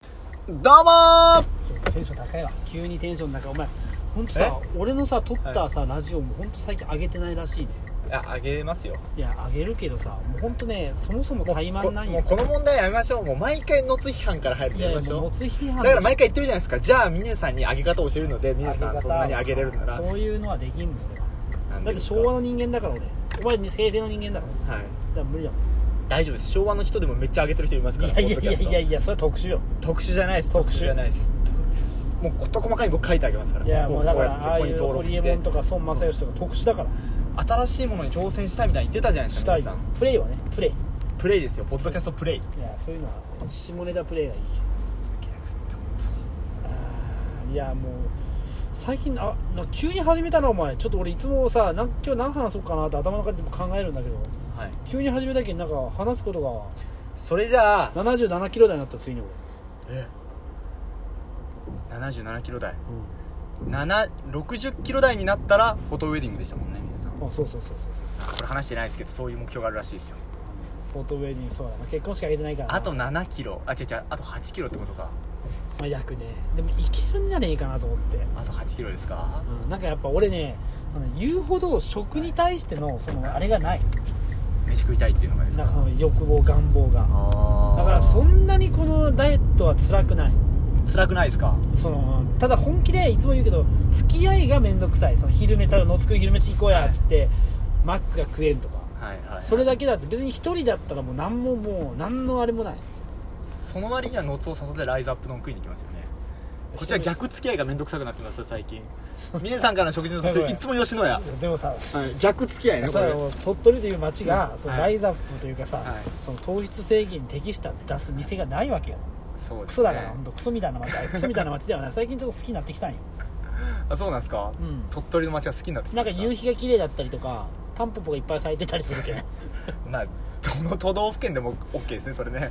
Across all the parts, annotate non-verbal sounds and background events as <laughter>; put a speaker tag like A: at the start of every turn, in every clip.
A: どうもー
B: テンション高いわ急にテンション高いお前ほんとさ俺のさ撮ったさ、ラジオもほんと最近上げてないらしいね
A: ああげますよ
B: いや上げるけどさもうほんとねそもそも
A: もう
B: 怠慢なん
A: こも
B: よ
A: うこの問題やめましょうもう毎回のつ批判から入る
B: い
A: のや
B: やい
A: め
B: や
A: まし
B: もう
A: ょ
B: 持
A: う
B: つ批判
A: だから毎回言ってるじゃないですかじゃあ皆さんに上げ方を教えるので皆さ
B: 上げ
A: ん
B: 方
A: そんなに上げれるなら
B: そういうのはできんの俺は
A: なんで
B: だって
A: ですか
B: 昭和の人間だから俺お前に平成の人間だろ
A: はい
B: じゃあ無理だも
A: 大丈夫です昭和の人でもめっちゃ上げてる人います
B: ん
A: か
B: い
A: ら
B: やいやいや
A: ポッドキャス
B: いやいやそれは特殊よ
A: ト特殊じゃないです
B: 特殊
A: じゃないですもう事細かに僕書いてあげますから
B: いや
A: こ
B: も
A: こ
B: うだか
A: こ
B: らああ
A: こ
B: い
A: に
B: う
A: 登
B: ホ
A: 録
B: リ
A: し
B: エ
A: て
B: モンとか孫正義とか特殊だから
A: 新しいものに挑戦したいみたいに言ってたじゃないです
B: し
A: か
B: たい
A: 皆さん
B: プレイはねプレイい
A: プレイですよポッドキャストプレイ
B: やそういうのは下ネタプレイがいいあーいやもう最近あな急に始めたなお前ちょっと俺いつもさなん今日何話そうかなって頭の中で考えるんだけど
A: はい
B: 急に始めたけんなんか話すこと
A: それじゃあ
B: が77キロ台になったついに俺、
A: 77キロ台60キロ台になったらフォトウェディングでしたもんね皆さんこ
B: うん、あそうそうそうそうそう
A: れ話してないですけどそういう目標があるらしいですよ
B: フォートウェディングそうだな結婚しかあげてないからな
A: あと7キロあ違う違うあと8キロってことか
B: まあ、約ねでもいけるんじゃねえかなと思って、
A: あと8キロですか
B: うん、なんかやっぱ俺ねあの言うほど食に対してのそのあれがない
A: 飯食いたいっていうのがです
B: な
A: か
B: んかその欲望願望が
A: あ
B: だからそんなにこのダイエットは辛くない
A: 辛くないですか
B: そのただ本気でいつも言うけど付き合いが面倒くさいその昼寝たら野津君昼飯行こうやっつって、マックが食えんとか
A: はいはい
B: それだ
A: け
B: けだって別に一人だったらもう何ももう何のあれもない
A: その割にはノツを誘ってライズアップの食いに行きますよねこっちは逆付き合いがめんどくさくなってますよ最近峰さんからの食事の誘いいつも吉野家
B: でもさ、
A: はい逆付き合いねこ
B: さ
A: れ
B: 鳥取という町が、その
A: はい
B: ライズアップというかさ、
A: はい
B: その糖質制限に適した出す店がないわけよ
A: そうで
B: ク
A: す
B: ソ
A: ね
B: だから、ほんとクソみたいな町クソみたいな町ではない最近ちょっと好きになってきたんよ
A: あそうなんですか
B: うん
A: 鳥取の街が好きになってき
B: な
A: た
B: んか夕日が綺麗だったりとかタンポポがいっぱい咲いてたりするけん
A: まあどの都道府県でも OK ですねそれ
B: <laughs>
A: ね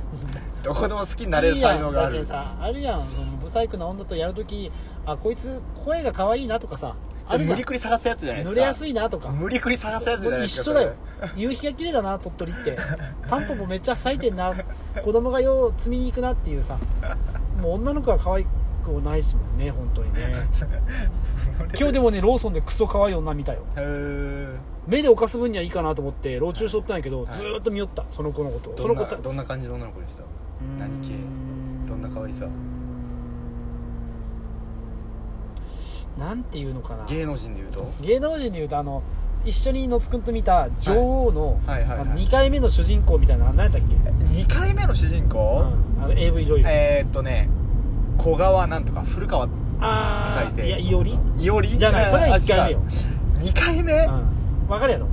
A: どこでも好きになれる才能があ
B: いいや
A: る
B: んだけどさあるやんそのブサイクな女とやるときあこいつ声が可愛いなとかさ
A: そ
B: あ
A: れ
B: る
A: 無
B: や
A: 理
B: ん
A: くり探すやつじゃないですか
B: 濡れやすいなとか
A: 無理くり探すやつじゃないです
B: 一
A: か
B: 緒だよ夕日が綺麗だな鳥取ってタンポポめっちゃ咲いてんな子供がよう摘みに行くなっていうさもう女の子は可愛くもないしもんね本当に
A: <laughs>
B: ね今日でもねローソンでクソ可愛い女見たよ
A: それへー
B: 目で犯す分にはいいかなと思って老中しとったんやけど、
A: はい
B: ずーっと見よったその子のことをそ
A: ど
B: の
A: ん
B: 子
A: な
B: た
A: どんな感じの女の子でした何系どんな可愛さ
B: なんていうのかな
A: 芸能人でいうと
B: 芸能人でいうとあの一緒に野津君と見た女王の、
A: はいはいはいはい
B: あの2回目の主人公みたいな何やったっけ、
A: 2回目の主人公、
B: うんあの AV 女優、
A: えー、っとね小川なんとか古川
B: あ
A: 書い
B: あ
A: て
B: いやいおり、う
A: いおり
B: じゃないそれは一回目よ
A: 2回目、
B: ん、分かるやろ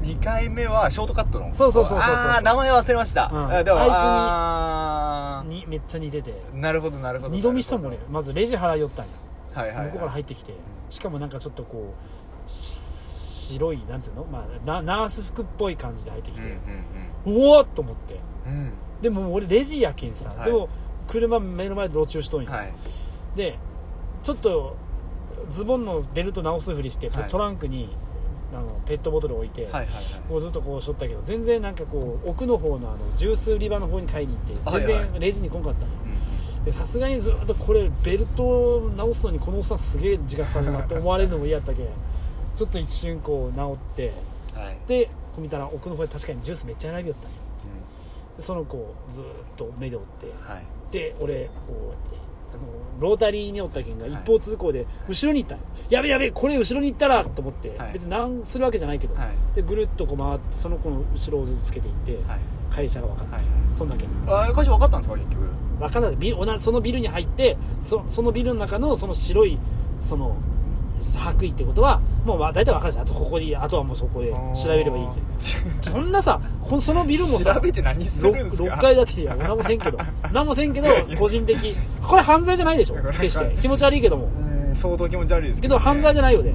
A: 二回目はショートカットの
B: そうそうそうそうそう
A: ああ名前忘れました、
B: うん
A: あでも
B: あいつに
A: あ
B: にめっちゃ似てて
A: ーなるほどなるほど
B: 二度見したもんね
A: なる
B: まずレジ払い寄ったんや、
A: ほどはいはい、
B: 向こうから
A: はい、
B: 入ってきてしかもなんかちょっとこうし白いなんていうの、まあナ、ナース服っぽい感じで入ってき
A: う
B: て
A: ん、
B: うおーっと思って
A: うんうん
B: でももう俺レジやけんさ、
A: はい
B: でも車目の前で路中しとん
A: うん
B: や、
A: はい
B: でちょっとズボンのベルト直すふりして、
A: はい
B: トランクにあのペットボトル置いて、
A: はいはいはい
B: こうずっとこうしとったけど全然なんかこう奥の方のあのジュース売り場の方に買いに行
A: は
B: って
A: い
B: 全
A: はい
B: 然レジに来んかったのよ
A: う
B: でさすがにずっとこれベルトを直すのにこのおっさんすげえ時間かかるなって思われるのも嫌やったけんちょっと一瞬こう直って
A: んはい
B: でこう見たら奥の方に確かにジュースめっちゃ並びよったんよでその子をずっと目で追って
A: うんはい
B: で俺こうあのロータリーにおったけんが
A: はい
B: 一方通行で後ろに行ったんよ、やべやべこれ後ろに行ったらと思って、
A: はい
B: 別に何するわけじゃないけど、
A: はい
B: でぐるっとこう回ってその子の後ろをずっとつけていって、
A: はい
B: 会社が分かった、
A: はい
B: そんだけ
A: あー会社分かったんですか結局
B: 分かんないビ同じそのビルに入ってそそのビルの中のその白いその白衣ってことはもうわ大体分かるじゃんあとここにあとはもうそこで調べればいいってそんなさこそのビルもさ
A: <laughs> 調べて何するんですか
B: 6, 階建ていや何もせ
A: <laughs>
B: んけど何もせんけど個人的これ犯罪じゃないでしょ
A: これ
B: 決して気持ち悪いけども
A: うん相当気持ち悪いです
B: け
A: け
B: ど
A: ど、
B: 犯罪じゃないよね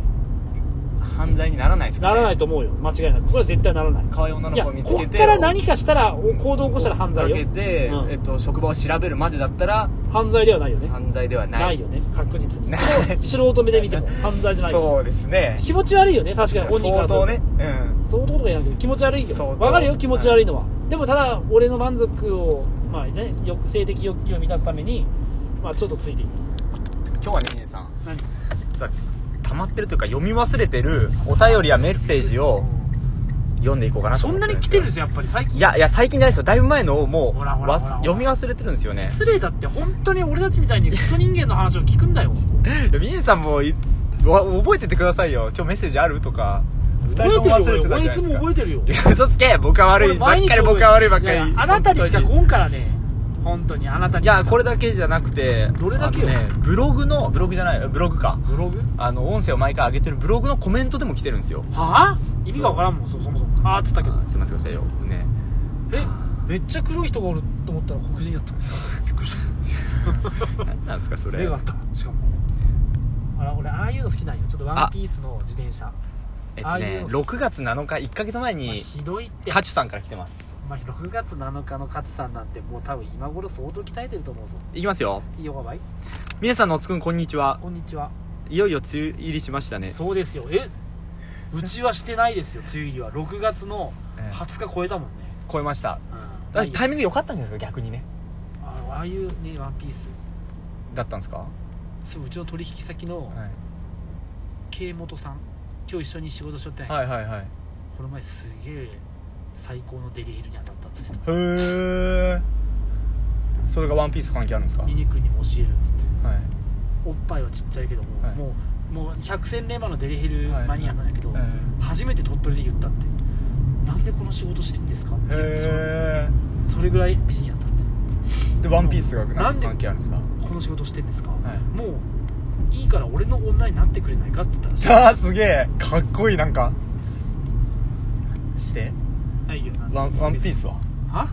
A: 犯罪にならないですか、
B: な
A: ね、
B: らないと思うよ間違いなくこれは絶対ならない
A: 可愛い女
B: い
A: の
B: や
A: 子を見つ
B: こ
A: け
B: ってから何かしたらお行動を起こしたら犯罪
A: 追っ
B: よ
A: かけて、
B: うん
A: えっと、職場を調べるまでだったら
B: 犯罪ではないよね
A: 犯罪ではない
B: ないよね確実に
A: ない
B: 素人目で
A: <laughs>
B: 見ても犯罪じゃないよ
A: そうですね
B: 気持ち悪いよね確かに本人か
A: 相
B: らする
A: 当
B: と
A: ねうん
B: 相当とか言わなくて気持ち悪いよ
A: 相当
B: わかるよ気持ち悪いのは、でもただ俺の満足をまあね欲性的欲求を満たすためにまあちょっとついていく
A: 今日はね峰さん
B: 何
A: 実は溜まってるというか読み忘れてるお便りやメッセージを読んでいこうかなと
B: そ
A: 思
B: ん
A: って
B: な
A: るで
B: に
A: す
B: 来て
A: けど
B: るんですよやっぱり最近
A: いやいや最近じゃないですよだいぶ前のをもう
B: ほらほら
A: わす
B: ほらほら
A: 読み忘れてるんですよね <laughs>
B: 失礼だって本当に俺たちみたいにクソ人間の話を聞くんだよ
A: いやみえさんもいわ覚えててくださいよ今日メッセージあるとか
B: 覚えてるよ
A: た
B: 俺俺
A: じ
B: い
A: ゃな
B: つも覚えてるよ
A: いですかいや嘘つけ僕は悪いばっかり僕は悪いばっかり
B: ややあなたにしか
A: 本当
B: 来んからね本当にあなたに
A: い
B: しか
A: やこれだけじゃなくて
B: どれだけよ
A: あのねブログのブログじゃないブログか
B: ブログ
A: あの音声を毎回上げてるブログのコメントでも来てるんですよ
B: はあ意味がわからんもんそそもそもああっつったけど
A: ちょっと待ってくださいよ <laughs> ね
B: えめっちゃ黒い人がおると思ったら黒人やった
A: <laughs>
B: びっくりした
A: 何なんですかそれ
B: 目があったしかもあら俺ああいうの好きなんよちょっとワンピースの自転車
A: えっ
B: あ
A: と
B: あい
A: ね
B: うの
A: 6月7日1か月前
B: まあ
A: に
B: ひどいって、
A: カチュさんから来てます
B: まあ、6月7日の勝さんなんてもう多分今頃相当鍛えてると思うぞ
A: いきますよ
B: いいよばい
A: 皆さんのおつくんこんにちは
B: こんにちはい
A: よいよ梅雨入りしましたね
B: そうですよえうちはしてないですよ梅雨入りは6月の
A: ええ
B: 20日超えたもんね、
A: 超えました
B: うん
A: だ
B: ない
A: タイミング良かったんじゃないですか逆にね
B: あのああいうねワンピース
A: だったんですか、
B: そううちの取引先の
A: い、
B: 慶本さん今日一緒に仕事しとってない、
A: はいはいはいへ
B: この前すげえ最高のデリヘルに当たったっつってた
A: えそれがワンピース関係あるんですかは
B: ミ
A: い
B: ニ君にも教えるっつっておっぱいはちっちゃいけども、
A: はい
B: もうもう百戦錬磨のデリヘルマニアなんだけど、初めて鳥取で言ったってなんでこの仕事してんですかって言ってそれ
A: へ
B: それぐらい美人やったって
A: えでワンピースが
B: な
A: 何
B: ん
A: か
B: で
A: 関係あるんですか
B: この仕事してんですか、
A: い
B: もういいから俺の女になってくれないかっつったらしい
A: さあすげえかっこいいなんかして
B: ないよなんて
A: ワンワンピースは
B: は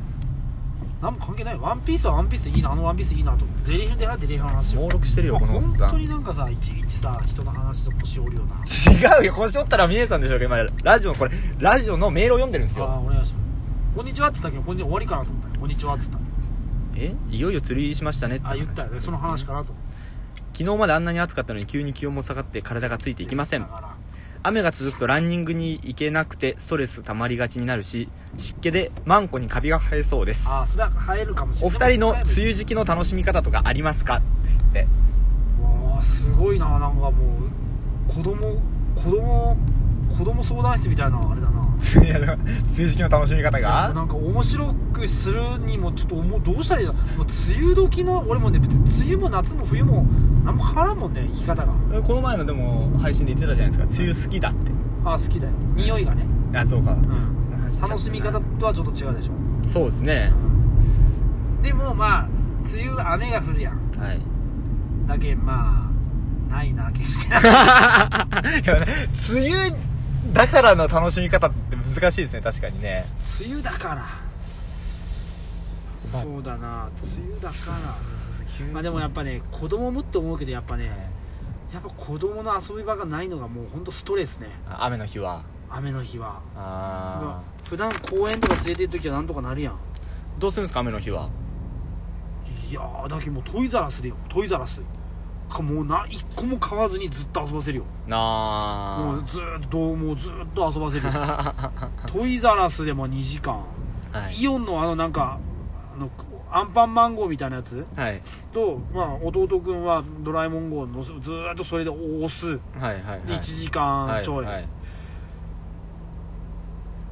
B: 何も関係ないよワンピースはワンピースでいいなあのワンピースいいなと思ってデリヘルではデリヘルの話を
A: 猛録してるよこのおっ
B: 本
A: さ
B: 当に
A: ん
B: なんかさいちいちさ人の話と腰折るような
A: 違うよ腰折ったらみえさんでしょうけど今ラジオのこれラジオのメールを読んでるんです
B: ああ
A: よ
B: お願いしますこんにちはって言ったけどこんに終わりかなと思ったよこんにちはって言った
A: えいよいよ釣りしましたねって
B: あ言ったよねその話かなと思って
A: 昨日まであんなに暑かったのに急に気温も下がって体がついていきません
B: だから
A: 雨が続くとランニングに行けなくてストレス溜まりがちになるし湿気でマンコにカビが生えそうです
B: ああそれは生えるかもしれ
A: お
B: ない
A: 二人の梅雨時期の楽しみ方とかありますかって
B: わあすごいななんかもう子供子供子供相談室みたいなあれだな
A: 梅雨時期の楽しみ方
B: いやなんか面白くするにもちょっと思うどうしたらいいんだもう梅雨時の俺もね別に梅雨も夏も冬も何も変わらんもんね生き方が
A: この前のでも配信で言ってたじゃないですか梅雨好きだって
B: ああ好きだよ匂いがね、
A: あそうか
B: うん、楽しみ方とはちょっと違うでしょ、
A: そうですね
B: うんでもまあ梅雨雨が降るやん
A: はい <laughs>
B: だけんまあないな決して
A: いや梅雨だからの楽しみ方って難しいですね確かにね
B: 梅雨だから
A: まあ
B: そうだな梅雨だからまあでもやっぱね子供もって思うけどやっぱねやっぱ子供の遊び場がないのがもうほんとストレスね
A: 雨の日は
B: 雨の日は
A: あ
B: 普段公園とか連れて行く時はなんとかなるやん
A: ーどうするんですか雨の日はい
B: やーだけどもうトイザラスでよトイザラスかもうな一個も買わずにずっと遊ばせるよもう
A: な
B: ずーっともうずーっと遊ばせるよ
A: <laughs> あ
B: トイザラスでも2時間
A: <laughs> はい
B: イオンのあのなんかあのアンパンマン号みたいなやつ
A: はい
B: と、まあ、弟君はドラえもん号のずずーっとそれで押す
A: はいはい
B: で1時間ちょい、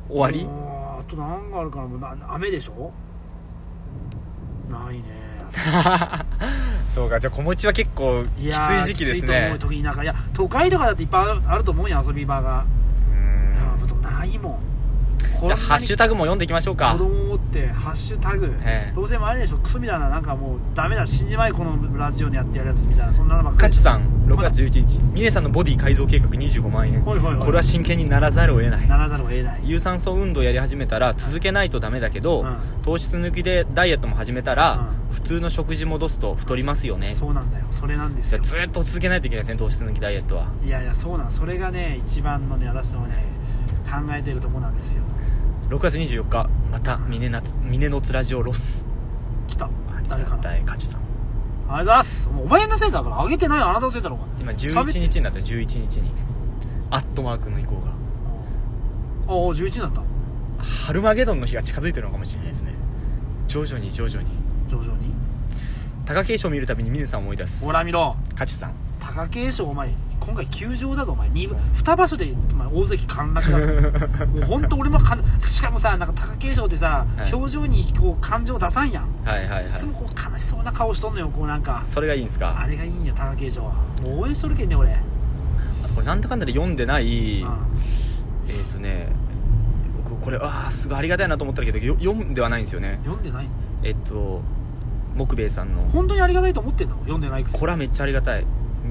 A: 終わり
B: もうあと何があるかなもうな雨でしょないね
A: <laughs> <laughs> そうかじゃあ子持ちは結構きつい
B: ー
A: 時期です
B: きついと思
A: ね
B: う特になんかいや都会とかだっていっぱいあるあると思うやん遊び場が、
A: う
B: い
A: ん
B: やでもないもんこ
A: じ
B: んな
A: ゃあ
B: に
A: ハッシュタグも読んでいきましょうか
B: 子供持ってハッシュタグ、
A: ええ
B: どうせもあれでしょクソみたいななんかもうダメだ死んじまいこのラジオにやってやるやつみたいなそんなのばっか
A: カ
B: り
A: チさん6月11日ミネさんのボディ改造計画25万円
B: はいはいはい
A: これは真剣にならざるを得ない
B: ならざるを得ない
A: 有酸素運動やり始めたら続けないとダメだけど、
B: う
A: 糖質抜きでダイエットも始めたら、普通の食事戻すと太りますよね
B: そうなんだよそれなんです
A: じゃ
B: よ
A: あずっと続けないといけないですね糖質抜きダイエットはい
B: やいやそうなんそれがね一番のね私のね考えてるとこなんですよ
A: 6月24日また峰夏峰のつラジオロス
B: 来た
A: ありが
B: 誰かなあ
A: たいカチュさん
B: りがとうございますもうお前のせいだからあげてないよあなたのせいだろお
A: 今
B: 前喋っ
A: 11日になったよ11日にアットマークの移行が
B: ああ11になった
A: ハルマゲドンの日が近づいてるのかもしれないですね徐々に徐々に
B: 徐々に
A: 貴景勝を見るたびに峰さんを思い出す
B: ほら見ろ
A: 勝さん
B: 貴景勝お前今回休場だぞお前 2,
A: そう
B: 場所でお前大関陥
A: <laughs>
B: 落だぞもう本当俺もかんしかもさなんか貴景勝ってさ、
A: はい
B: 表情にこう感情出さんやん
A: <laughs> はいはいはい
B: つもこう悲しそうな顔しとんのよこうなんか
A: それがいいんです
B: あ
A: か
B: れがいいんよ貴景勝はもう応援しとるけんね俺、
A: あとこれなんだかんだで読んでない、
B: う
A: えっ、ー、とね僕これああすごいありがたいなと思ったけどよ読んではないんですよね
B: ん、読んでない
A: えっと木兵衛さんの
B: 本当にありがたいと思ってんの読んでないくせに
A: これはめっちゃありがたい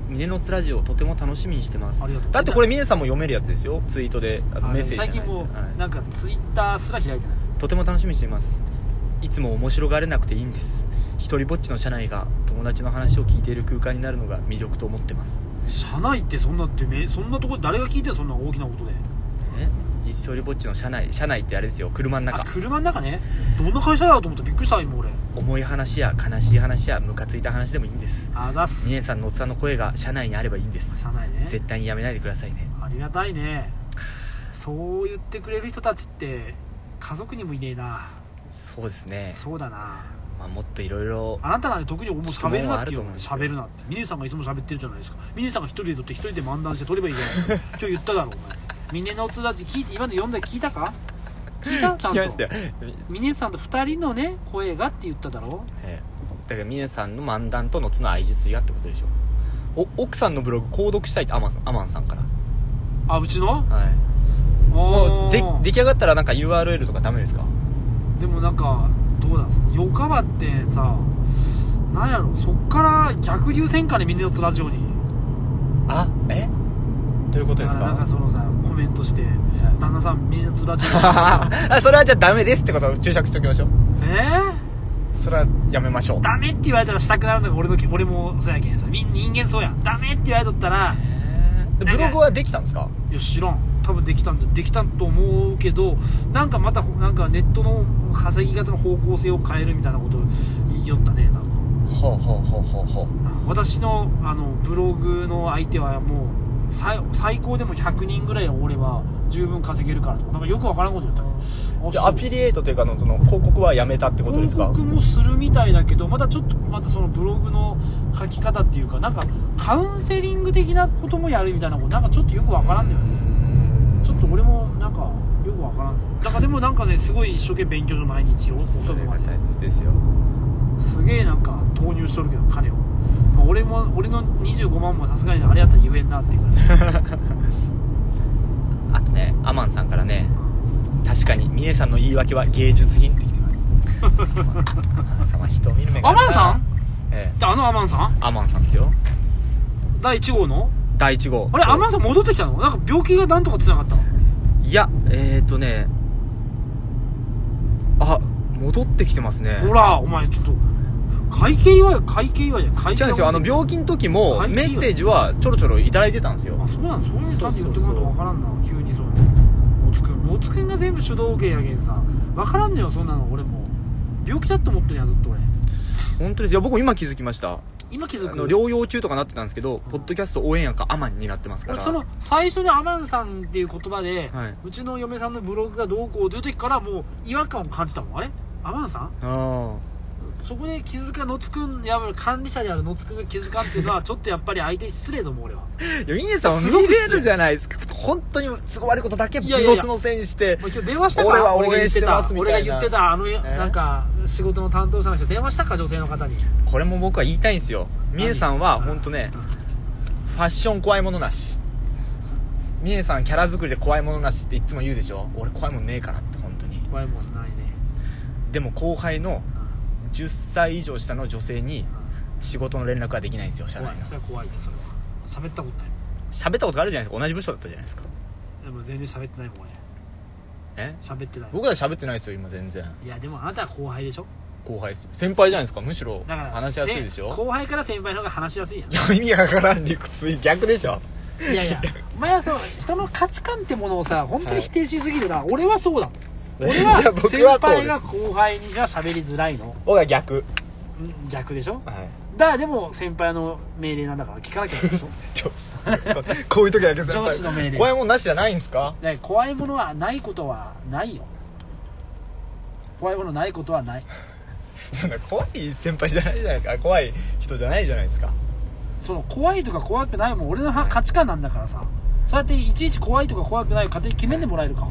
A: 峰のつラジオとても楽しみにしてます
B: ありがとう
A: だってこれ峰さんも読めるやつですよツイートであの
B: あ
A: メッセージじゃない
B: 最近も
A: は
B: う
A: い
B: なんかツイッターすら開いてない
A: とても楽しみにしていますいつも面白がれなくていいんです一人ぼっちの社内が友達の話を聞いている空間になるのが魅力と思ってます
B: 社内ってそんなってめそんなとこ誰が聞いてんそんな大きなことで
A: え一人ぼっちの社内社内ってあれですよ車の
B: あ
A: 中
B: 車の中ねどんな会社だと思ってびっくりした今俺
A: 重い話や悲しい話やムカついた話でもいいんです
B: あざっす
A: ミネさんのおっさんの声が社内にあればいいんです
B: 社内ね
A: 絶対にやめないでくださいね
B: ありがたいねそう言ってくれる人たちって家族にもいねえな
A: そうですね、
B: そうだな
A: まあ、もっといろいろ
B: あなたなんて特にもう喋るな
A: 質問はあ
B: っていう
A: ると思うんですよ
B: 喋るなって峰さんがいつも喋ってるじゃないですか峰さんが一人で撮って一人で漫談して撮ればいいじゃないですか今日言っただろお前峰のおつらじ聞いて今の読んだ聞いたか聞いたちゃんと
A: よ、
B: 峰さんと二人のね声がって言っただろ
A: ええだからミネさんの漫談とのつの愛術がってことでしょお奥さんのブログ購読したいってアマンさんアマンさんから
B: あうちの
A: はいも
B: も
A: うで出来上がったらなんか URL とかダメですか
B: でもなんかどうだよかばってさなんやろそっから逆流戦かね峰のつラジオに
A: あえどういう <laughs> こと
B: だからなんかそのさコメントして「旦那さん峰のつラジオ
A: あそれはじゃあダメですってことを注釈しておきましょう」 <laughs>
B: えー
A: それはやめましょう
B: ダメって言われたらしたくなるのが俺の気俺もそうやけんさみん人間そうやんダメって言われとったら
A: でブログはできたんですか
B: いや知らん多分できたんじゃできたと思うけどなんかまたなんかネットの稼ぎ方の方向性を変えるみたいなこと言いよったねなんか
A: ほうほうほうほうほう
B: 私のあのブログの相手はもう最最高でも100人ぐらいおれば十分稼げるからとかなんかよくわからんこと言ったね
A: じゃあアフィリエイトというかあのその広告はやめたってことです
B: 広
A: か
B: 告もするみたいだけどまたちょっとまたそのブログの書き方っていうかなんかカウンセリング的なこともやるみたいなことなんかちょっとよくわからんのよねちょっと俺もなんかよくわからんなんかでもなんかねすごい一生懸命勉強の毎日を遅くまで
A: 切ですよ <laughs>
B: すげえなんか投入しとるけど金を、まあ俺も俺の25万もさすがにあれやったら言えんなっていうぐらい
A: あとねアマンさんからね確かにミネさんの言い訳は芸術品ってきて
B: <laughs>
A: ますアマンさんは人見る目が
B: アマンさん
A: んええ
B: あのアマンさん
A: アマンさんですよ
B: 第1号の
A: 第1号
B: あれアマンさん戻ってきたのなんか病気がなんとかってなかった
A: いやえっ、ー、とねあ戻ってきてますね
B: ほらお前ちょっと会計祝い会計祝いじゃない会
A: 違
B: 計
A: うんですよあの病気の時も
B: はい
A: メッセージはちょろちょろいただいてたんですよ
B: あそうなんそういうのちゃんと言って
A: そうそ
B: も
A: う
B: ら
A: そう
B: うと分からんな急にそのもつくんもつくんが全部主導権やけんさ分からんのよそんなの俺も病気だって思ってるやんずっと俺
A: 本当ですいや僕も今気づきました
B: 今気
A: あ
B: づく
A: の療養中とかなってたんですけどポッドキャスト応援やかアマンになってますか
B: 俺
A: ら
B: その最初にアマンさんっていう言葉で、
A: はいう
B: ちの嫁さんのブログがどうこうという時からもう違和感を感じたもんあれアマンさん
A: あ
B: そこで気づかのつくんやっぱり管理者であるのつくんが気づかんっていうのはちょっとやっぱり相手に失礼と思う俺は
A: あいや峰さん見れるじゃないですか本当に都合悪いことだけ
B: いやいやい
A: の
B: や
A: つのせいにして
B: もう今日電話したか
A: 俺は応援してます
B: 俺が言って
A: みた
B: た俺が言ってたあの、なんか仕事の担当者の人電話したか女性の方に
A: これも僕は言いたいんですよミネさんは
B: 何
A: 本当ねファッション怖いものなしミネさんキャラ作りで怖いものなしっていつも言うでしょ俺怖いもんねえからって本当に
B: 怖いもんないね
A: でも後輩の
B: うん
A: 10歳以上下の女性に仕事の連絡ができないんですよ社
B: 怖
A: 内
B: い
A: の
B: それは怖いねそれは喋ったことない
A: 喋ったことあるじゃないですか同じ部署だったじゃないですか
B: でも全然喋ってないもん俺
A: え
B: 喋ってない
A: 僕ら喋ってないですよ今全然
B: いやでもあなたは後輩でしょ
A: 後輩ですよ先輩じゃないですかむしろ
B: だから
A: 話しやすいでし
B: せん
A: ょ
B: 後輩から先輩の方が話しやすい
A: <laughs>
B: やん
A: いや意味がわからん理屈逆でしょ
B: いやいやお前はそう人の価値観ってものをさ本当に否定しすぎるな、俺はそうだもん
A: <laughs>
B: 俺
A: いや
B: は
A: 僕はそう
B: 先
A: です
B: 輩が後輩にじゃ喋りづらいの
A: 僕は逆
B: うん逆でしょ
A: はい
B: だからでも先輩の命令なんだから聞かなきゃいけないでしょ
A: 上司こういう時だけ
B: 上司の命令
A: 怖いもんなしじゃないんですか <laughs>
B: だから怖いものはないことはないよ怖いものないことはない
A: そんな怖い先輩じゃないじゃないですか怖い人じゃないじゃないですか
B: その怖いとか怖くないも俺のは価値観なんだからさそうやっていちいち怖いとか怖くないを勝手に決めんでもらえるか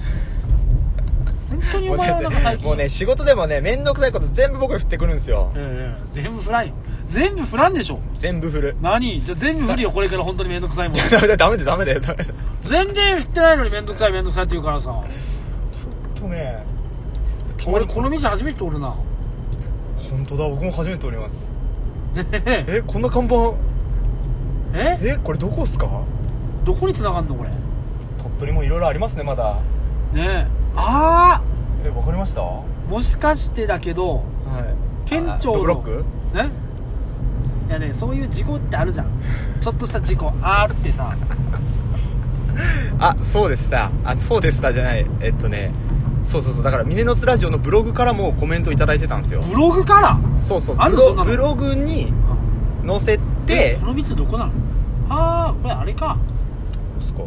B: 本当に
A: も
B: お
A: う
B: 前
A: だっ
B: は
A: て
B: なんか最近
A: もうね仕事でもね面倒くさいこと全部僕に振ってくるんですよ
B: ええ全部振らんよ全部振らんでしょ
A: 全部振る <laughs>
B: 何じゃあ全部振るよこれから本当に面倒くさいもん
A: ダメだダメだダメだよダメだ
B: 全然振ってないのに面倒くさい面倒くさいって言うからさ
A: とねたま
B: 俺
A: に
B: この店初めて
A: <laughs>
B: おるな
A: 本当だ僕も初めております
B: え
A: えこんな看板
B: え
A: えこれどこっすか
B: どこに繋がんのこれね
A: 鳥取もいろいろありますねまだ
B: えあ
A: えわかりましたは
B: あもしかしてだけど
A: い
B: 県庁の
A: ブロック
B: ねいやねそういう事故ってあるじゃんちょっとした事故あーってさ
A: あそうでしたあそうでしたじゃないえっとねそうそうそうだから峰の津ラジオのブログからもコメントいただいてたんですよ
B: ブログから
A: そうそう
B: あ
A: ブ
B: る
A: ロ
B: そんなの
A: ブログに載せ
B: え
A: て
B: この店どこなのああこれあれか
A: すか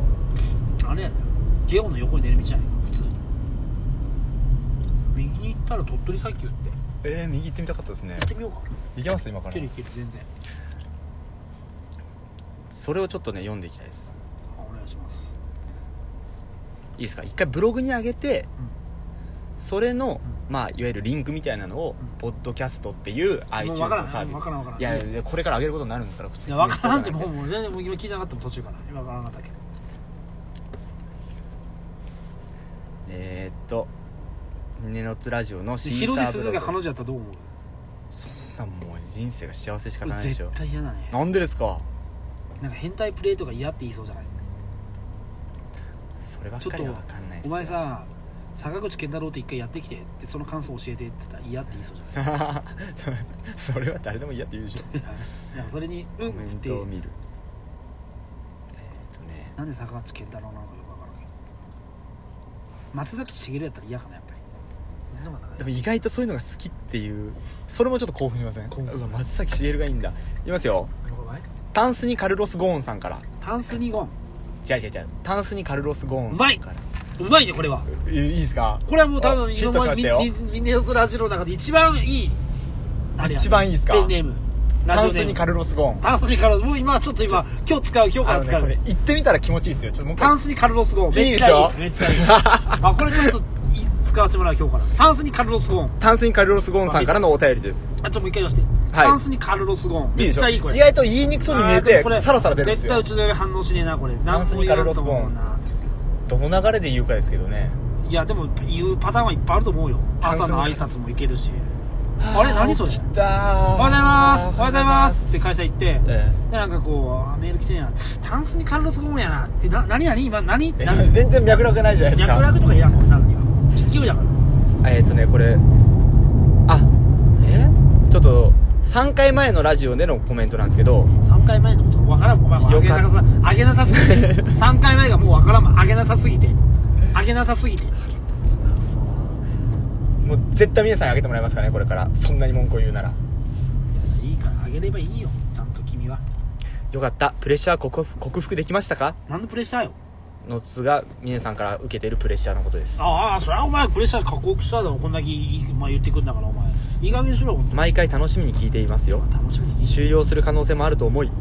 B: あれやねゲオの横に寝る道じゃない普通に右に行ったら鳥取砂丘って行
A: えー、右行ってみたかったですね
B: ってみようか
A: 行きます今か
B: い
A: ら
B: けるいける全然
A: それをちょっとね読んでいきたいです
B: あお願いします
A: いいですか一回ブログに上げてそれの、まあ、いわゆるリンクみたいなのを、
B: うん
A: ポッドキャストっていう
B: もう
A: iTunes の
B: 分からん
A: サービ
B: 分からん分からん
A: スいやいやこれから上げることになるんですから
B: いや分からんっても
A: も
B: うもう全然もう今聞いてなかったもん途中から今分からなかったけど
A: えー、っと「峰のつラジオ」のシ
B: で
A: ー
B: 広
A: サ
B: 瀬
A: ー
B: す
A: ブ
B: ず
A: ロ
B: が彼
A: グ
B: 女やったらどう思う
A: そんなもう人生が幸せしかないでし
B: 絶
A: ょ
B: 対嫌だね
A: なんでですか
B: なんか変態プレイとか嫌って言いそうじゃない
A: そればっ
B: ちょ
A: か
B: っ
A: り
B: と
A: は分かんないです
B: お前さ坂口健太郎って一回やってきてでその感想教えてって言ったら嫌って言いそうじゃない
A: <laughs> それは誰でも嫌って言うでしょ <laughs>
B: なんかそれに <laughs> 「うん」
A: コ
B: っ
A: メ
B: つ
A: ン
B: って
A: トを見るえー、っとね
B: なんで坂口健太郎なのかよく分からんけど松崎しげるやったら嫌かなやっぱりそんなことない
A: でも意外とそういうのが好きっていうそれもちょっと興奮しません
B: 興奮する
A: うわ松崎しげるがいいんだいきますよ
B: なるほどね
A: タンスにカルロス・ゴーンさんから
B: タンスニゴン
A: 違う違う違うタンスにカルロス・ゴーンさんから
B: うまいねこれはい
A: いいですか
B: これはもう多
A: あ
B: 分
A: ヒ
B: 今
A: ットし
B: ま
A: まし
B: で
A: たよ
B: ミミミネオズラジオの中で一番いいあれや
A: 一番いいですか
B: ペンネーム
A: タ
B: ラ
A: ン
B: ジ
A: ス
B: オネ
A: に
B: ーム
A: カルロス・ゴーン
B: タンスにカルロスもう今ちょっと今今日使う今日か
A: あ
B: ら
A: の
B: 使
A: ねこ
B: う
A: れ行ってみたら気持ちいいですよちょっともう一
B: タ
A: 回
B: ンスにカルロスゴーン
A: いいでしょ
B: めっちゃいいめっ
A: <laughs>
B: ちゃいいあこれちょっといい使わせてもらう今日からタンスにカルロスゴーン
A: タンスにカルロス・ゴーンさんからのお便りです
B: あちょっともう一回言わせて、
A: い
B: タンスにカルロスゴーン
A: いい
B: め
A: で
B: っ
A: し
B: ち
A: ょ
B: ゃいいこれ
A: 意外と言いにくそうに見え
B: あーで
A: て
B: もこれ
A: サラサラ出るんです
B: 絶対
A: よ
B: うちの親反応しねえなこれ
A: タンスにカルロスゴーン
B: なんとも言わんと
A: ど
B: 思
A: の流れで言うかですけどね
B: うないやでも言うパターンはいっぱいあると思うよ
A: タンスに
B: 朝の挨拶もいけるしあれ何それ
A: 来たー
B: おはようございますおはようございますって会社行って
A: え
B: でなんかこうあメール来てんやなタンスにカルロスゴーンやなえな何何今何
A: ええ
B: 何
A: 全然脈絡ないじゃないですか
B: 脈絡とかいらんこんなのには勢いだから
A: えっ、ー、とねこれあえちょっと3回前のラジオでのコメントなんですけど
B: 3回前のことわからんお前も上げなさ上げなさすぎて3回前がもうわからんもん上げなさすぎて上げなさすぎて
A: もう絶対皆さんにあげてもらえますからねこれからそんなに文句を言うなら
B: いいから上げればいいよちゃんと君は
A: よかったプレッシャー克服克服できましたか
B: 何のプレッシャーよ
A: のつが皆さんから受けているプレッシャーのことです
B: ああそれはお前プレッシャーかっこよくしただろこんだけいい、まあ、言ってくんだからお前いい加減にしろほんと
A: 毎回楽しみに聞いていますよ
B: 楽しみに
A: 終了する可能性もあると思い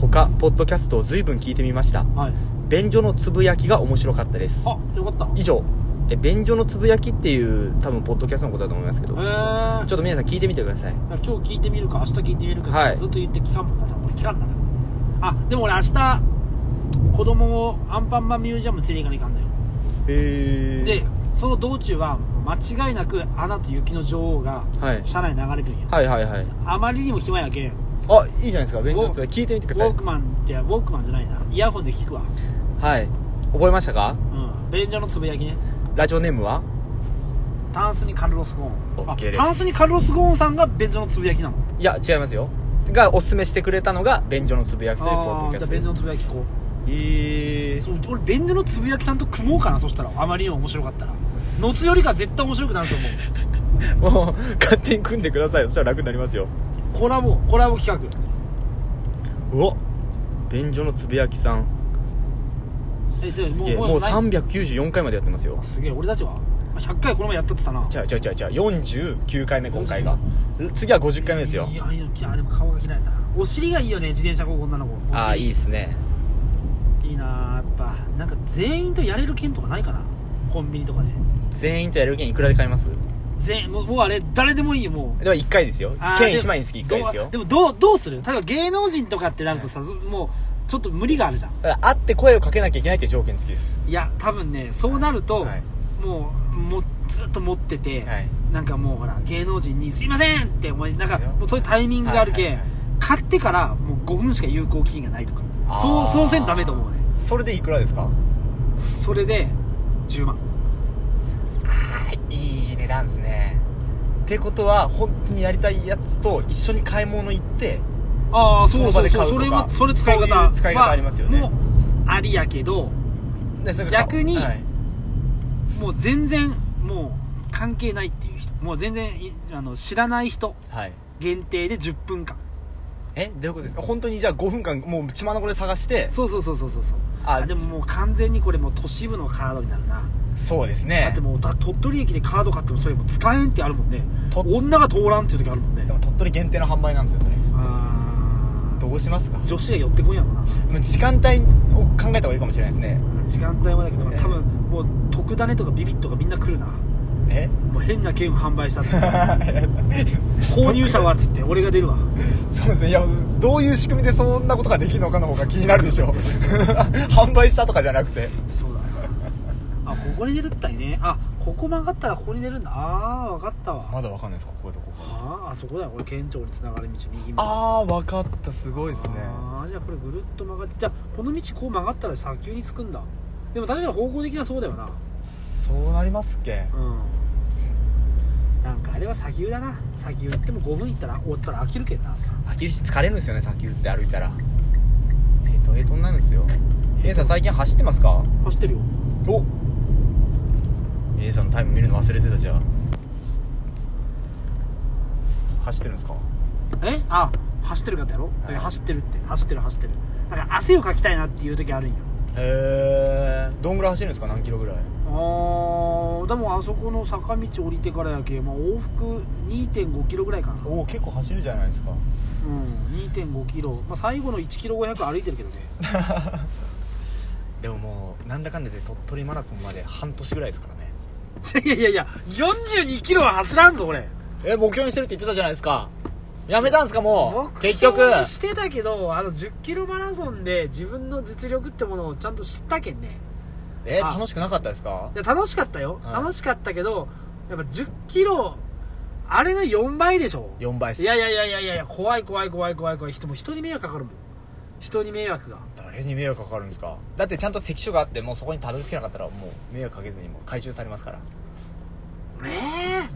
A: 他ポッドキャストを随分聞いてみました
B: はい
A: 便所のつぶやきが面白かったです
B: あよかった
A: 以上え便所のつぶやきっていう多分ポッドキャストのことだと思いますけど
B: えー、
A: ちょっと皆さん聞いてみてください
B: 今日聞いてみるか明日聞いてみるか、
A: はい
B: ずっと言って聞かんもんな多分俺聞かんな多分あでも俺明日子供をアンパンマンミュージアム連れに行かないかんだよ
A: へえ
B: でその道中は間違いなく「アナと雪の女王」が
A: はい
B: 車内流れるんや、
A: はいはいはい
B: あまりにも暇やけんウ
A: あいいじゃないですか便所のつぶやき聞いてみてくだ
B: ォ
A: さい
B: ークマンってウォークマンじゃないなイヤホンで聞くわ
A: はい覚えましたか
B: うん便所のつぶやきね
A: ラジオネームは
B: タンスにカルロス・ゴーンあ
A: OK です
B: タンスにカルロス・ゴーンさんが便所のつぶやきなの
A: いや違いますよがおすすめしてくれたのが便所のつぶやきというポッ
B: あ
A: ド
B: ー
A: キャ
B: じゃ
A: ス
B: あ
A: トで
B: 便
A: す
B: 所のつぶやき聞こ
A: え
B: うそう俺便所のつぶやきさんと組もうかなそしたらあまりにも面白かったらのつよりか絶対面白くなると
A: ー、
B: 思
A: もう勝手に組んでくださいそしたら楽になりますよ
B: うコラボコラボ企画
A: うわ便所のつぶやきさん
B: えじゃあもう
A: いやもう
B: ない
A: 394回までやってますよ
B: すげえ俺たちはあ100回この前やったって言ったな
A: じゃあじゃあじゃあじゃあ49回目今回が次は50回目ですよ
B: いやいやいやでも顔が開いたなお尻がいいよね自転車工具女の子お尻
A: ああいいですね
B: いいなやっぱなんか全員とやれる券とかないかなコンビニとかで
A: 全員とやる券いくらで買います
B: 全もうもうあれ誰でもいいよもう
A: では1回ですよ
B: あー
A: 券
B: で
A: 1枚につき1回です
B: ど
A: よ
B: うでもどうどうする例えば芸能人とかってなるとさずもうちょっと無理があるじゃん
A: だから会って声をかけなきゃいけないっていう条件付きです
B: いや多分ねそうなると、
A: はい
B: もうもずっと持ってて、
A: はい
B: なんかもうほら芸能人に「すいません!」って思いなんか
A: いや
B: もうそういうタイミングがあるけん、
A: はいはいはい
B: 買ってからもう5分しか有効期限がないとか
A: あ
B: そ
A: ー
B: うそうせんとダメと思うね
A: それでいくらですか
B: それで10万
A: いい値段ですねってことは本当にやりたいやつと一緒に買い物行って
B: ああ
A: そ
B: そ
A: の
B: う
A: 場
B: そ
A: で
B: う
A: 買
B: そうう
A: と
B: そ
A: か
B: れもそれ使い方
A: そういう使い方ありますよね
B: はもうありやけど
A: でそれ
B: 逆に
A: はい
B: もう全然もう関係ないっていう人もう全然いあの知らない人
A: はい
B: 限定で10分間
A: えどういうことですか本当にじゃあ5分間もう血眼で探して
B: そうそうそうそうそうそう
A: あ
B: あでももう完全にこれもう都市部のカードになるな
A: そうです
B: だ
A: ね
B: ってもうだ鳥取駅でカード買ってもそれもう使えんってあるもんね
A: と
B: 女が通らんっていう時あるもんね
A: でも鳥取限定の販売なんですよそれ
B: あー
A: どうしますか
B: 女子が寄ってこんやろな
A: もう時間帯を考えた方がいいかもしれないですね
B: 時間帯はだけど
A: ね
B: 多分もう特ダネとかビビッとかみんな来る <laughs> なも
A: え <laughs>
B: う変な券販売したっつって <laughs> 購入者はっつって俺が出るわ
A: そうですねいやどういう仕組みでそんなことができるのかの方が気になるでしょ <laughs> 販売したとかじゃなくて
B: <laughs> そうだなあここに出るったいねあここ曲がったらここに出るんだああ分かったわ
A: まだわかんないですここがどこか
B: あーあそこだよこれ県庁につながる道右あ
A: ああ分かったすごいですね
B: あーじゃあこれぐるっと曲がってじゃあこの道こう曲がったら砂丘に着くんだでも確かに方向的にはそうだよな
A: そうなりますっけ
B: うんなんかあれは砂丘だな砂丘行っても5分行ったら終わったら飽きるけんな
A: 砂丘市疲れるんですよね砂丘って歩いたらヘトヘトになるんですよエイさん最近走ってますか
B: 走ってるよ
A: おエイさんのタイム見るの忘れてたじゃあ走ってるんですか
B: えあ走ってる方やろ、だから走ってるって走ってる走ってるだから汗をかきたいなっていう時あるんよ
A: へえどんぐらい走るんですか何キロぐらい
B: あーでもあそこの坂道降りてからやけ、まあ、往復2 5キロぐらいかな
A: おお結構走るじゃないですか
B: うん2 5キロ、まあ、最後の1キロ500歩いてるけどね
A: でももうなんだかんだで鳥取マラソンまで半年ぐらいですからね
B: <laughs> いやいやいや42キロは走らんぞ俺
A: え目標にしてるって言ってたじゃないですかやめたんですかもう
B: 目
A: 結局
B: 標にしてたけどあの1 0キロマラソンで自分の実力ってものをちゃんと知ったけんね
A: え
B: あ
A: 楽しくなかったですか
B: いや楽しかったよ、
A: はい
B: 楽しかったけどやっぱ1 0キロあれの4倍でしょ
A: 4倍っす
B: いやいやいやいやいや怖い怖い怖い怖い怖い人も人に迷惑かかるもん人に迷惑が
A: 誰に迷惑かかるんですかだってちゃんと関所があってもうそこにたどり着けなかったらもう迷惑かけずにもう回収されますから
B: え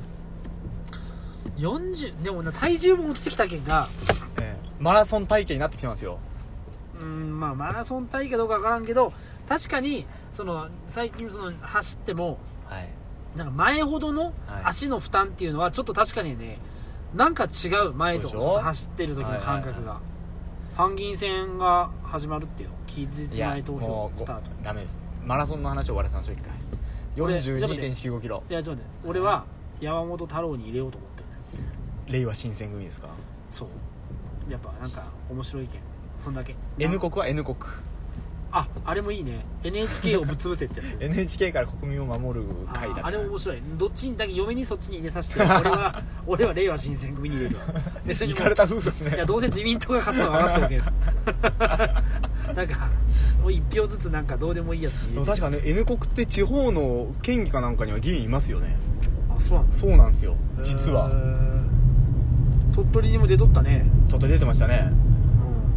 B: え40でもな体重も落ちてきたけんが
A: ええマラソン体験になってきてますよ
B: うーんまあマラソン大会どうかわからんけど確かにその最近その走っても
A: はい
B: なんか前ほどの
A: はい
B: 足の負担っていうのはちょっと確かにねなんか違う前と
A: そうでしょ
B: 走ってる時
A: は
B: の感
A: いは
B: 覚
A: い
B: が参議院選が始まるってよ期日
A: や
B: 前投票
A: もう
B: ス
A: ご
B: タート
A: ダメですマラソンの話を終わらせましょう一回
B: これちょっと待って
A: 42.195キロ
B: いやちょっと待って俺は山本太郎に入れようと思ってる
A: 令和新選組ですか
B: そうやっぱなんか面白い意見そんだけ
A: N 国は N 国
B: ああれもいいね NHK をぶっ潰せって
A: <laughs>
B: やつ
A: NHK から国民を守る
B: あ
A: 会だ
B: ー
A: か
B: あれ
A: ら
B: 面白いどっちにだけ嫁にそっちに入れさせて俺
A: <laughs>
B: は俺は令和新選組に入れるわでそれ
A: 行
B: でも
A: かれた夫婦です
B: いや
A: ね
B: どうせ自民党が勝つのは分かってるわけです <laughs> なんかもう1票ずつなんかどうでもいいやつに
A: でも
B: 入れて
A: 確かね N 国って地方の県議かなんかには議員いますよね
B: あそうなんだ
A: そうなんですよ実
B: へ
A: は
B: ー鳥取にも出とったね、
A: ちょっと出てましたね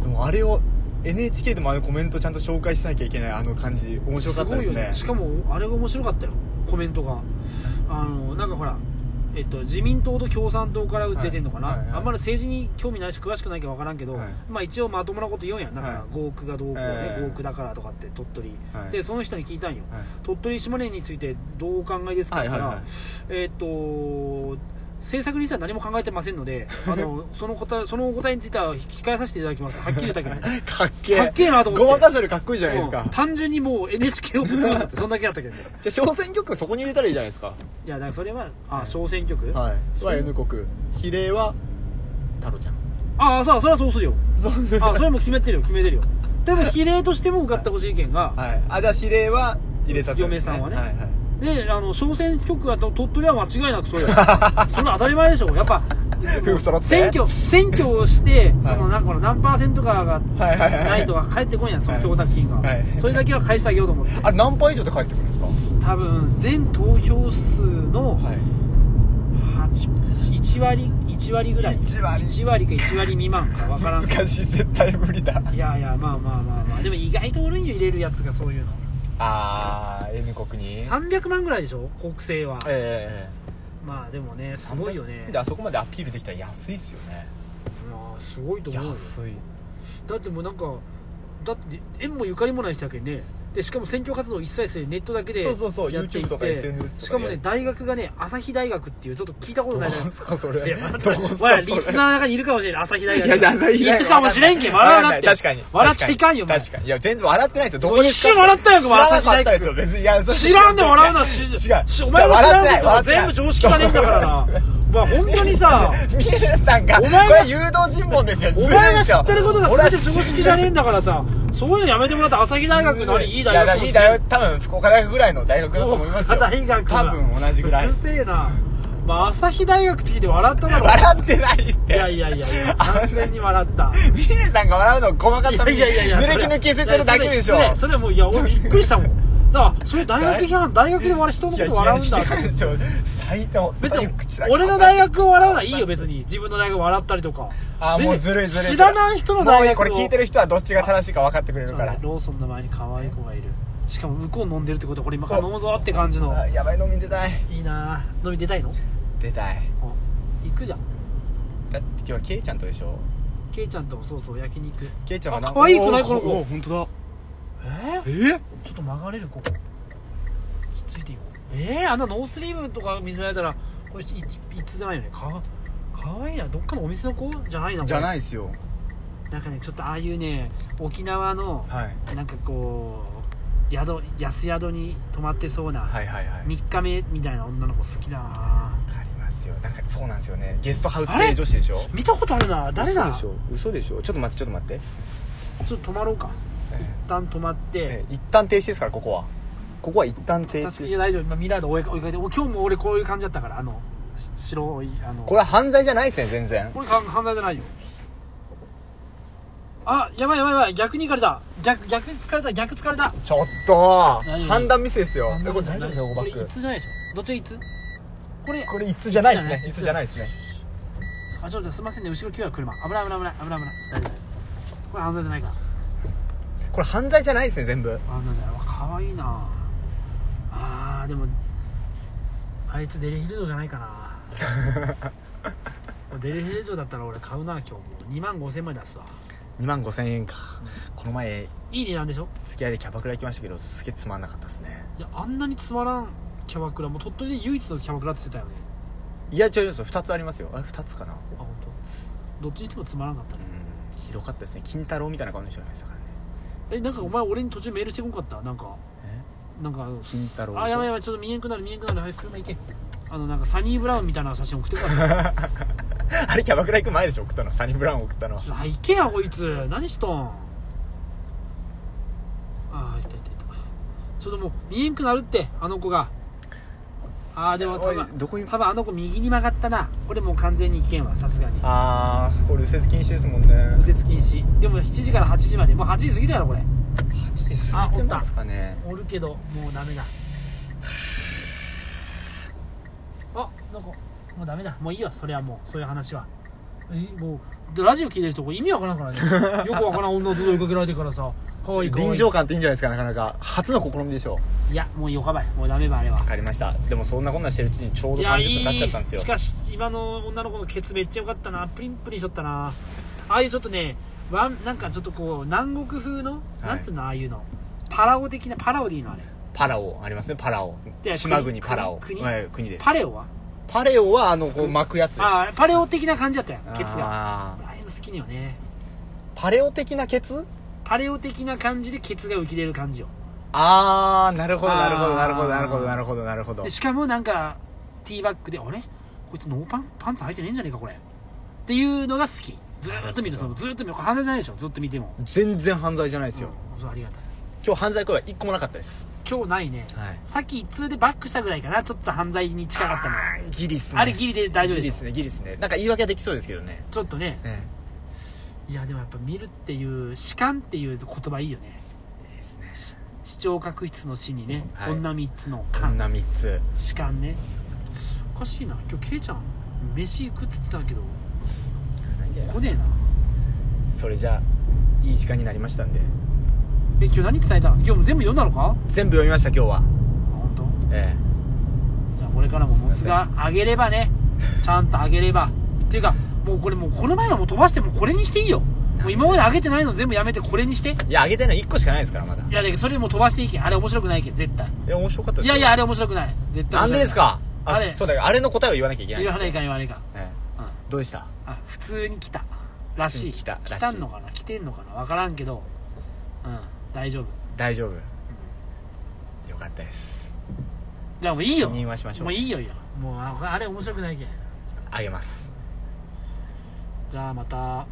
B: うん
A: でもあれを NHK でもあのコメントちゃんと紹介しなきゃいけないあの感じ面白かったです
B: ごいよ
A: ね
B: しかもあれが面白かったよコメントがあのなんかほらえっと、自民党と共産党から出てんのかな、
A: はいはいはい
B: あんまり政治に興味ないし詳しくないけど分からんけど、
A: はい
B: まあ、一応まともなこと言うんやんなんか
A: はい
B: 合区がどうこうね、
A: ええ
B: 合区だからとかって鳥取、
A: はい
B: でその人に聞いたんよ、
A: はい
B: 鳥取島根についてどうお考えですか
A: はい
B: か
A: はい
B: ら、
A: はい
B: えっと制作にしては何も考えてません
A: <laughs>
B: のであのその答えそのお答えについては控えさせていただきますとはっきり
A: <laughs>
B: 言ったけどね
A: <laughs> かっけえ
B: かっけえなと思って
A: ごまかせるかっこいいじゃないです
B: も
A: か
B: う単純にもう NHK をぶっ潰すってそんだけだったけどね
A: じゃあ小選挙区そこに入れたらいいじゃないですか
B: いやだからそれはあ小選挙区、
A: はいは N 国比例は太郎ちゃん
B: ああそうそれはそうするよ
A: そうです
B: あそれも決めてるよ決めてるよ多分比例としても受かってほしい意見が、
A: はいあじゃあ比例は入れさせる
B: 嫁さんはね
A: はいはい
B: であの小選挙区はと鳥取は間違いなくそうよ <laughs> それは当たり前でしょやっぱ
A: 夫婦揃って
B: 選挙選挙をして、
A: はい
B: そのなんかこの何パーセントかが
A: はいはいはい
B: ないとは返ってこんやんその供託金が、
A: はい
B: それだけは返してあげようと思って
A: あれ何倍以上で帰ってくるんですか
B: 多分全投票数の
A: はい
B: 8 1割1割ぐらい
A: 1割
B: 1割か1割未満かわからん
A: 難しい絶対無理だ
B: いやいやまあまあまあまあでも意外と俺に入れるやつがそういうの
A: あー N 国に
B: 300万ぐらいでしょ国政は
A: え
B: まあでもね
A: え
B: すごいよね
A: であそこまでアピールできたら安いっすよね
B: まあすごいと思うよ
A: 安い
B: だってもうなんかだって縁もゆかりもない人だけにねでしかも選挙活動一切せずネットだけで
A: そうそうそう
B: やっていって
A: YouTube とか SNS と
B: し
A: かで
B: か
A: や
B: も
A: る
B: ね大学がね朝日大学っていうちょっと聞いたこ
A: ど
B: とな
A: こ
B: い
A: っ
B: な
A: すかそれ
B: いや、
A: どこっす
B: ま
A: か
B: あ、リスナーの中にいるかもしれない、朝日大
A: い
B: 学。
A: やいや朝日大学
B: いるかもしれんけん、
A: わか
B: 笑
A: ん
B: う
A: な
B: ないって。
A: 確かに
B: 笑っちゃいかんよ、お前
A: 確かにいや全然笑ってないですよどこですか
B: 一瞬笑ったよ
A: 知らなかったですよ
B: お
A: 別にいやそれ
B: 知らんで笑うな、
A: 違
B: し
A: う違う
B: し
A: 違う
B: お前も知らんで
A: 笑ってない
B: 全部常識じゃねえんだからな。お前、本当に
A: <laughs>
B: さ、
A: ミネさんが
B: お前
A: こ
B: が
A: れ誘導尋問ですよ
B: お前が知ってることが全て常識じゃねえんだからさ、そういうのやめてもらって、朝日大学のあれ、いい大
A: いや
B: 学
A: いい大学多分福岡大学ぐらいの大学だと思いますよ
B: 大学
A: 多分同じぐらいう
B: るせえな。まあ、朝日大学って聞いて笑っただろ。
A: 笑ってないって
B: いやいやいや
A: <laughs>
B: いや、完全に笑った。
A: ミネさんが笑うの細かった
B: いやいやいや
A: 濡れ気抜き捨ててるだけでしょ
B: いやそれそれそれもういや俺びっくりしたもんだからそれ大学批判大学で笑人のこと笑うんだ
A: いやいや違ですよ斉藤
B: 別に
A: 口だけ
B: 俺の大学を笑うのはいいよ別に自分の大学笑ったりとか
A: あーもうずるいずるいずる
B: 知らない人の
A: もう
B: 大
A: ね
B: 学
A: これ聞いて
B: る
A: る人はどっちが正しいか分かってくれるから
B: ローソンの前に可愛い子がいるしかも向こう飲んでるってことはこれ今から飲むぞって感じの
A: あやばい飲み出たい
B: いいなぁ飲み出たいの
A: 出たい
B: あ行くじゃん
A: だって今日はケイちゃんとでしょ
B: ケイちゃんともそうそう焼肉
A: ケイちゃんが
B: あ
A: なん
B: 可愛くないこの
A: おお
B: 子
A: 本当だ
B: えー
A: えー
B: ちょっと曲がれるここちょっとついていこうえー、あんなノースリーブとか見せられたらこれいいつじゃないよねかかわいいなどっかのお店の子じゃないな
A: じゃないいですよ
B: なんかねちょっとああいうね沖縄の
A: はい
B: なんかこう宿安宿に泊まってそうな、
A: はいはいはい
B: 3日目みたいな女の子好きだな
A: わかりますよなんかそうなんですよねゲストハウス系女子でしょ
B: 見たことあるな誰だ
A: 嘘でしょ嘘でしょちょっと待ってちょっと待って、
B: ちょっと泊まろうか一旦泊まって、
A: えー一旦停止ですからここはここは一旦停
B: 確
A: 止
B: かにい
A: です
B: や大丈夫今ミラーで追いか追いかけてお今日も俺こういう感じだったからあのし白いあの
A: これは犯罪じゃないですね全然
B: これか犯罪じゃないよあやばいやばいやばい逆に行かれた逆逆に疲れた逆疲れた
A: ちょっと
B: 何
A: 判断ミスですよ
B: あん
A: え
B: な
A: こ
B: こ
A: れ
B: とない
A: 大丈夫ですよオーバ
B: これ
A: ック
B: いつじゃないでしょどっちがいつこれ
A: これいつじゃないですね
B: い
A: い
B: つ
A: つ
B: じ
A: じ
B: ゃ
A: ゃ
B: な
A: ないいですね
B: あちょっとすいませんね後ろ来は車危ない危ない危ない危ない危ない大丈夫これ犯罪じゃないから
A: これ犯罪じゃないですね全部
B: 犯罪じゃないわ可愛いなあーでもあいつデリヘル嬢じゃないかなデリヘル嬢だったら俺買うな今日もう2万5千枚出すわ
A: 2万5千円かこの前
B: いい値段でしょ
A: 付き合いでキャバクラ行きましたけどすげえつまんなかったですね
B: いやあんなにつまらんキャバクラもう鳥取で唯一のキャバクラって言ってたよね
A: いや違う違う2つありますよあれ2つかな
B: あ本当。どっちにしてもつまらんかったね
A: うんひどかったですね金太郎みたいな顔の人がいましたからね <laughs>
B: えなんかお前俺に途中メールしてこんかったなんかなんかあの
A: 金太郎
B: あやばいやばいちょっと見えんくなる見えんくなる早く車行けあのなんかサニーブラウンみたいな写真送っ
A: <laughs>
B: てくから
A: あれキャバクラ行く前でしょ送ったのサニブラウン送ったのは
B: 行けやこいつ何しとんあーいたいたいたちょっともう見えんくなるってあの子がああでも多
A: おい
B: 分
A: どこい
B: 多分あの子右に曲がったなこれもう完全にいけんわさすがに
A: あーこれ右折禁止ですもんね
B: 右折禁止でも7時から8時までもう8時過ぎだよこれあ
A: あ
B: お
A: お
B: っ
A: ったたすかね
B: おるけどもうダメだあなんかもうダメだもういいよそれはもうそういう話はえもうラジオ聞いてる人これ意味わからんからね
A: <laughs>
B: よくわからん女ずっと追いかけられてからさかわいいかわいい
A: 臨場感っていいんじゃないですかなかなか初の試みでしょ
B: いやもうよかばいもうダメばあれは
A: わかりましたでもそんなこんなしてるうちにちょう
B: い
A: ど
B: やい
A: 30分
B: い
A: 経っちゃったんですよ
B: しかし今の女の子のケツめっちゃよかったなプリンプリンしとったなああいうちょっとねわんなんかちょっとこう南国風の、
A: い
B: なんつうのああいうのパラオ的なパラオでいいのあれ
A: パラオありますねパラオ
B: で
A: 島国パラオ
B: 国国
A: はい国です
B: パレオは
A: パレオはあのこう巻くやつです
B: ああパレオ的な感じだったやんケツがあ
A: が
B: あいうの好きによね
A: パレオ的なケツ
B: パレオ的な感じでケツが浮き出る感じよ
A: あーなるほどなるほ
B: あ
A: ど
B: ー
A: なるほどなるほどなるほどなるほど
B: でしかもなんかティーバッグであれこいつノーパンパンツ履いてねえんじゃねえかこれっていうのが好きずーっと見るそのずーっと見るこれ花じゃないでしょずっと見ても
A: 全然犯罪じゃないですよ、
B: うんそうありがたい
A: 今日犯罪行為は一個もなかったです
B: 今日ないね
A: はい
B: さっき一通でバックしたぐらいかなちょっと犯罪に近かったのは
A: ギリっすね
B: あれギリで大丈夫
A: ギ
B: で
A: リっ
B: しょ
A: すねギリっすねなんか言い訳はできそうですけどね
B: ちょっとね
A: え
B: いやでもやっぱ見るっていう視観っていう言葉いいよね
A: えいいですね
B: し視聴覚室の死にね、
A: はい
B: 女3つの
A: こん
B: 観
A: な3つ
B: 視観ねおかしいな今日ケイちゃん飯行くっつってたんだけど来ねえな
A: それじゃあいい時間になりましたんで
B: え今日何伝えた今日も全部読んだのかあ
A: 全部読みました今日は
B: 本当。
A: え
B: じゃあこれからももつがあげればねちゃんとあげればっていうかもうこれもうこの前のもう飛ばしてもうこれにしていいよもう今まであげてないの全部やめてこれにして
A: えいやあげてないの1個しかないですからまだ
B: いやだけどそれもう飛ばしていいけんあれ面白くないけん絶対
A: いや面白かったです
B: い
A: よ
B: やいやあれ面白くない絶対面白くい
A: なんでですか
B: あれ
A: そうだよあれの答えを言わなきゃいけないんで
B: 言
A: す
B: わ
A: よ
B: ないかん言わないかん
A: え
B: うん
A: えどうでした
B: あ普通に来たらしい
A: 普通に来たらしい
B: 来たんのかな来てんのかな分からんけどうん大丈夫
A: 大丈夫よかったです
B: じゃあもういいよ
A: 否認はしましょう
B: もういいよいいよもうああれ面白くないけん
A: あげます
B: じゃあまた